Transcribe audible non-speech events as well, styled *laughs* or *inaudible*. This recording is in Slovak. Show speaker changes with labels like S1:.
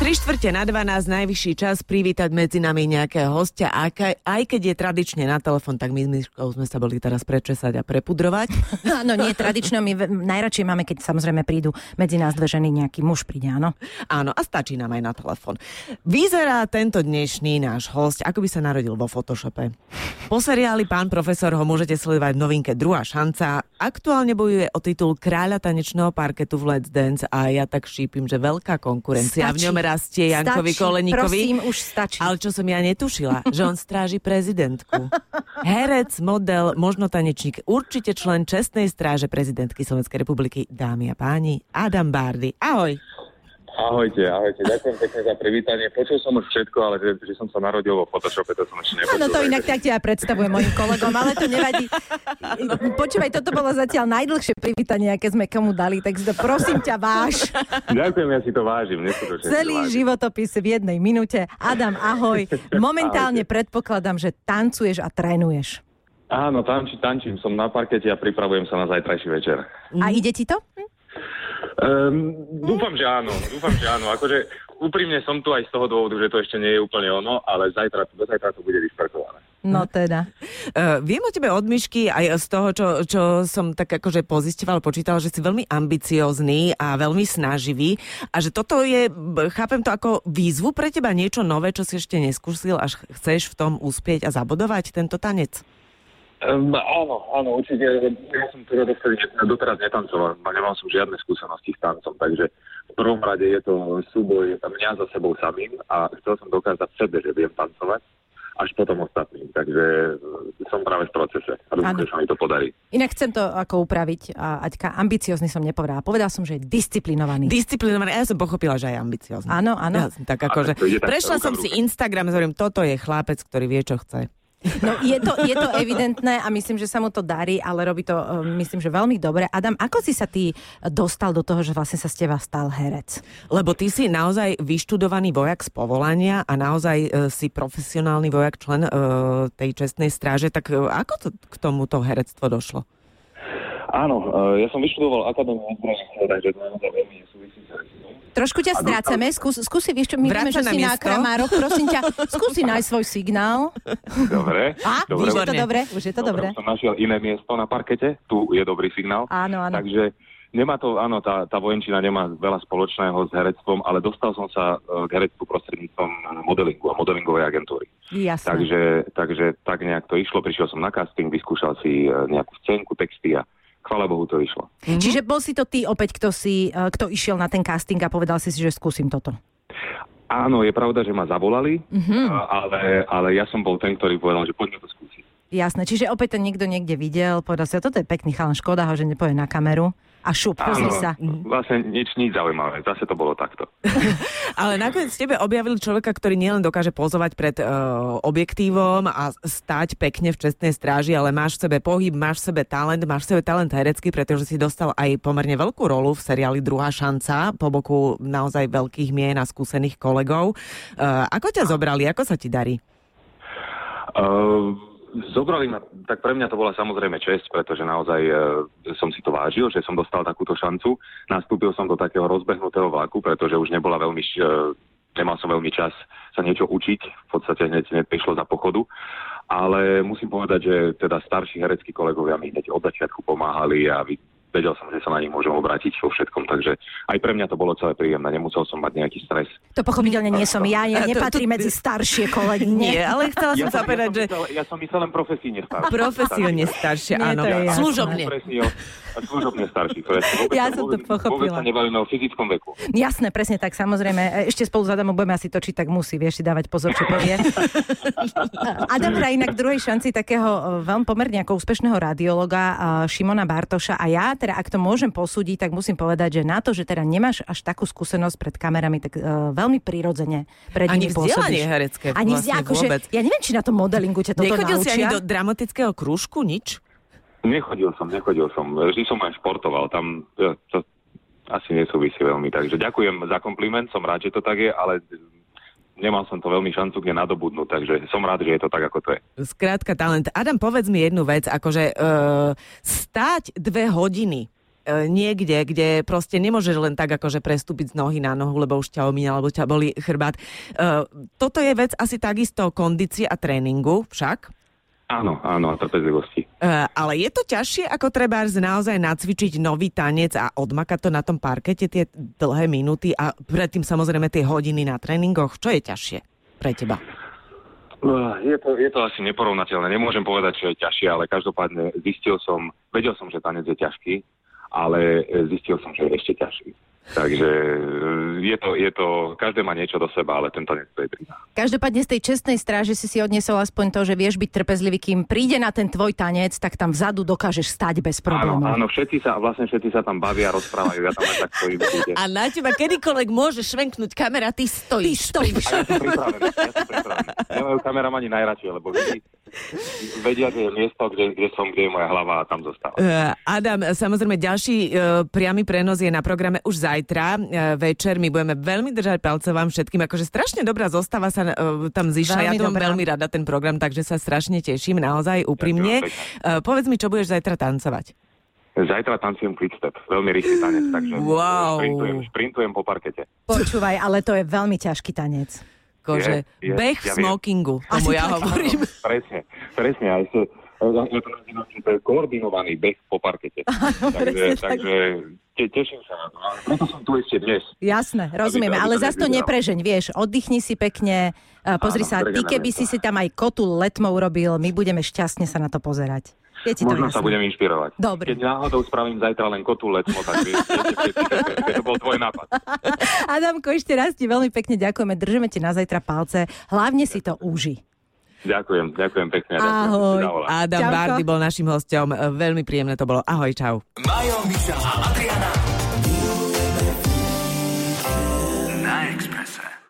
S1: 3 štvrte na 12 najvyšší čas privítať medzi nami nejakého hostia. Aj, ke- aj keď je tradične na telefon, tak my s Myškou sme sa boli teraz prečesať a prepudrovať.
S2: *laughs* Áno, nie, tradično my ve- najradšej máme, keď samozrejme prídu medzi nás dve ženy, nejaký muž príde, áno.
S1: Áno, a stačí nám aj na telefon. Vyzerá tento dnešný náš host, ako by sa narodil vo Photoshope. Po seriáli Pán profesor ho môžete sledovať v novinke Druhá šanca. Aktuálne bojuje o titul kráľa tanečného parketu v Let's Dance a ja tak šípim, že veľká konkurencia v ňom rastie Jankovi
S2: stačí,
S1: Koleníkovi.
S2: Prosím, už stačí.
S1: Ale čo som ja netušila, že on stráži prezidentku. Herec, model, možno tanečník, určite člen čestnej stráže prezidentky Slovenskej republiky, dámy a páni, Adam Bárdy. Ahoj.
S3: Ahojte, ahojte. Ďakujem pekne za privítanie. Počul som už všetko, ale že, že som sa narodil vo Photoshope, to som ešte nepočul.
S2: Áno, to
S3: takže-
S2: inak tak ja predstavujem mojim kolegom, ale to nevadí. Počúvaj, toto bolo zatiaľ najdlhšie privítanie, aké sme komu dali, tak to prosím ťa
S1: *laughs*
S2: váš
S3: Ďakujem, ja si to vážim. neskutočne si to
S2: celý
S3: vážim.
S2: životopis v jednej minúte. Adam,
S1: *laughs*
S2: ahoj. Momentálne predpokladám, že tancuješ a trénuješ.
S3: Áno, tanči, tančím. Som na parkete a pripravujem sa na zajtrajší večer.
S1: Mhm.
S2: A ide ti to?
S3: Um, dúfam, že áno. Dúfam, že áno. Akože úprimne som tu aj z toho dôvodu, že to ešte nie je úplne ono, ale zajtra, do zajtra to bude vyšperkované.
S2: No teda.
S1: Uh, viem o tebe od Myšky aj z toho, čo, čo som tak akože pozisťoval, počítal, že si veľmi ambiciózny a veľmi snaživý a že toto je, b- chápem to ako výzvu pre teba, niečo nové, čo si ešte neskúsil, až ch- chceš v tom uspieť a zabodovať tento tanec.
S3: Um, áno, áno, určite. Ja som teda dostali, doteraz netancoval, no nemal som žiadne skúsenosti s tancom, takže v prvom rade je to súboj mňa za sebou samým a chcel som dokázať sebe, že viem tancovať, až potom ostatným. Takže eh, som práve v procese a dúfam,
S2: Áno.
S3: že sa mi to podarí.
S2: Inak chcem to ako upraviť. A Aťka, ambiciozný som nepovedala. Povedal som, že je disciplinovaný.
S1: Disciplinovaný, ja som pochopila, že aj ambiciózny.
S2: Áno, áno.
S1: Ja, som tak akože,
S3: A tak to ide tak
S1: prešla
S3: ruka
S1: som
S3: v
S1: si
S3: ruke.
S1: Instagram, hovorím, toto je chlapec, ktorý vie, čo chce.
S2: No, je, to, je *laughs* to evidentné a myslím, že sa mu to darí, ale robí to, eh, myslím, že veľmi dobre. Adam, ako si sa ty dostal do toho, že vlastne sa z teba stal herec?
S1: Lebo ty si naozaj vyštudovaný vojak z povolania a naozaj e, si profesionálny vojak, člen e, tej čestnej stráže, tak e, ako to k tomuto herectvo došlo?
S3: Áno, eh, ja som vyštudoval Akadémiu ozbrojených síl, takže to naozaj veľmi nesúvisí s hercom.
S2: Trošku ťa strácame, skús, skúsi, vieš čo, my
S1: Vráť
S2: vieme,
S1: sa
S2: že
S1: na
S2: si na
S1: miesto.
S2: kramároch, *laughs* prosím ťa, skúsi nájsť svoj signál.
S3: Dobre.
S2: A, už je
S3: Dobre.
S2: to
S1: Výborne.
S2: dobre, už je to dobre.
S3: Som našiel iné miesto na parkete, tu je dobrý signál.
S2: Áno, áno.
S3: Takže nemá to, áno, tá, tá vojenčina nemá veľa spoločného s herectvom, ale dostal som sa e, k herectvu prostredníctvom modelingu a modelingovej agentúry.
S2: Jasné.
S3: Takže, takže tak nejak to išlo, prišiel som na casting, vyskúšal si e, nejakú scénku, texty a chvála Bohu to išlo.
S2: Čiže bol si to ty opäť, kto, si, eh, kto išiel na ten casting a povedal si si, že skúsim toto.
S3: Áno, je pravda, že ma zavolali,
S2: Mhm.
S3: a- ale, ale ja som bol ten, ktorý povedal, že poďme to skúsiť.
S2: Jasné, čiže opäť to niekto niekde videl, povedal si, "A toto je pekný chalan, škoda ho, že nepovie na kameru. A šup, pozri sa.
S3: vlastne nič, nič zaujímavé, zase to bolo takto.
S1: Ale nakoniec tebe objavili človeka, ktorý nielen dokáže pozovať pred e, objektívom a stať pekne v čestnej stráži, ale máš v sebe pohyb, máš v sebe talent, máš v sebe talent herecký, pretože si dostal aj pomerne veľkú rolu v seriáli Druhá šanca po boku naozaj veľkých mien a skúsených kolegov. E, ako ťa zobrali, ako sa ti darí?
S3: Uh, zobrali ma, tak pre mňa to bola samozrejme česť, pretože naozaj uh, som si to vážil, že som dostal takúto šancu. Nastúpil som do takého rozbehnutého vlaku, pretože už nebola veľmi... š- Uh, nemal som veľmi čas sa niečo učiť, v podstate hneď, hneď prišlo za pochodu. Ale musím povedať, že teda starší hereckí kolegovia mi hneď od začiatku pomáhali a vy, vedel som, že sa na nich môžem obrátiť vo všetkom, takže aj pre mňa to bolo celé príjemné, nemusel som mať nejaký stres.
S2: To pochopiteľne nie som ja,
S1: A
S2: ja
S1: to-
S2: nepatrím
S1: to-
S2: medzi staršie kolegyne.
S1: Nie, ale chcela som
S3: Ja
S1: sa
S3: som, ja,
S1: povedať,
S3: som
S1: že
S3: myslel, ja som myslel len profesíne starší.
S1: profesionálne staršie,
S2: Nie,
S1: áno.
S2: to je jasné.
S1: Služobne.
S3: Presne, služobne starší. To je, vôbec,
S2: Ja som to
S3: vôbec- Vôbec
S2: pochopila.
S3: sa nebavíme o fyzickom veku.
S2: Jasné, presne tak, samozrejme. E, Ešte spolu s Adamom budeme asi točiť, tak musí, vieš si dávať pozor, čo
S1: *laughs*
S2: povie. Adam hrá inak v druhej šanci takého e, veľmi pomerne ako úspešného radiologa e, Šimona Bartoša a ja teda, ak to môžem posúdiť, tak musím povedať, že na to, že teda nemáš až takú skúsenosť pred kamerami, tak e, veľmi prirodzene pred
S1: Ani
S2: nimi
S1: vzdelanie
S2: pôsobíš.
S1: herecké
S2: Ani
S1: vlastne
S2: vzdia- akože,
S1: vôbec.
S2: Ja neviem, či na tom modelingu ťa toto
S1: Nechodil
S2: naučia.
S1: si ani do dramatického krúžku, nič?
S3: Nechodil som, nechodil som. Vždy som aj športoval. Tam ja, to asi nesúvisí veľmi. Takže ďakujem za kompliment. Som rád, že to tak je, ale nemal som to veľmi šancu kde nadobudnúť. Takže som rád, že je to tak, ako to je.
S1: Skrátka talent. Adam, povedz mi jednu vec, akože uh, stáť e, dve hodiny e, niekde, kde proste nemôžeš len tak akože prestúpiť z nohy na nohu, lebo už ťa omíňal, alebo ťa boli chrbát. E, toto je vec asi takisto kondície a tréningu však.
S3: Áno, áno, a
S1: E,
S3: trpezlivosti.
S1: ale je to ťažšie, ako treba naozaj nacvičiť nový tanec a odmakať to na tom parkete tie dlhé minúty a predtým samozrejme tie hodiny na tréningoch. Čo je ťažšie pre teba?
S3: Eh, Je to, je to asi neporovnateľné. Nemôžem povedať, čo je ťažšie, ale každopádne zistil som, vedel som, že tanec je ťažký, ale eh, zistil som, že je ešte ťažší. Takže eh, je to, je to, každé má niečo do seba, ale ten tanec to je pri
S2: Každopádne z tej čestnej stráže si si odnesol aspoň to, že vieš byť trpezlivý, kým príde na ten tvoj tanec, tak tam vzadu dokážeš stať bez
S3: Áno,
S2: problémov.
S3: áno, všetci sa, vlastne všetci sa tam bavia, rozprávajú, ja tam len tak stojím. vidíte.
S4: A na teba kedykoľvek môže švenknúť kamera, ty
S2: Ty
S4: stojíš.
S2: stojíš.
S3: A ja som pripravený, ja som pripravený. Nemajú kameramani najradšej, lebo vždy vedia, že je miesto, kde, kde som, kde je moja hlava a tam zostávam.
S1: E, Adam, samozrejme ďalší e, priamy prenos je na programe už zajtra e, večer. My budeme veľmi držať palce vám všetkým. Akože strašne dobrá zostava sa e, tam zišla.
S2: Veľmi
S1: ja to mám
S2: dobrá.
S1: veľmi rada ten program, takže sa strašne teším, naozaj úprimne.
S3: Ďakujem
S1: E, povedz mi, čo budeš zajtra tancovať?
S3: Zajtra tancujem quickstep, veľmi rýchly tanec, takže
S1: Wow.
S3: šprintujem, šprintujem po parkete.
S2: Počúvaj, ale to je veľmi ťažký tanec.
S1: Kože,
S3: Je, je,
S1: beh v
S3: ja viem.
S1: smokingu, tomu
S2: Asi
S1: ja
S2: tak.
S1: hovorím.
S3: Presne, presne. A ešte, e, ja to nazývam, že to je koordinovaný beh po parkete.
S2: presne
S3: takže,
S2: tak.
S3: takže te, teším sa na to. Ale Preto som tu ešte dnes.
S2: Jasné, rozumieme,
S3: aby
S2: ale
S3: to
S2: zas to
S3: nevyzeral.
S2: neprežeň, vieš, oddychni si pekne, e, pozri
S3: Áno,
S2: sa, ty
S3: dobre, na
S2: keby
S3: miesto.
S2: si si tam aj kotul letmo urobil, my budeme šťastne sa na to pozerať. Je ti to
S3: Možno
S2: jasné.
S3: sa budem inšpirovať.
S2: Dobre.
S3: Keď náhodou spravím zajtra len kotu letmo, tak viete, všetci, že- že *laughs* to bol tvoj nápad.
S2: Adamko, ešte raz ti veľmi pekne ďakujeme, držíme ti na zajtra palce, hlavne si to uži.
S3: Ďakujem, ďakujem pekne. a ďakujem, že
S2: Ahoj.
S3: si zavolal.
S1: Adam
S2: Čauko.
S1: Bardy bol našim hostom. E, Veľmi príjemné to bolo. Ahoj, čau.
S5: Majo, Miša a Adriana. Na Exprese.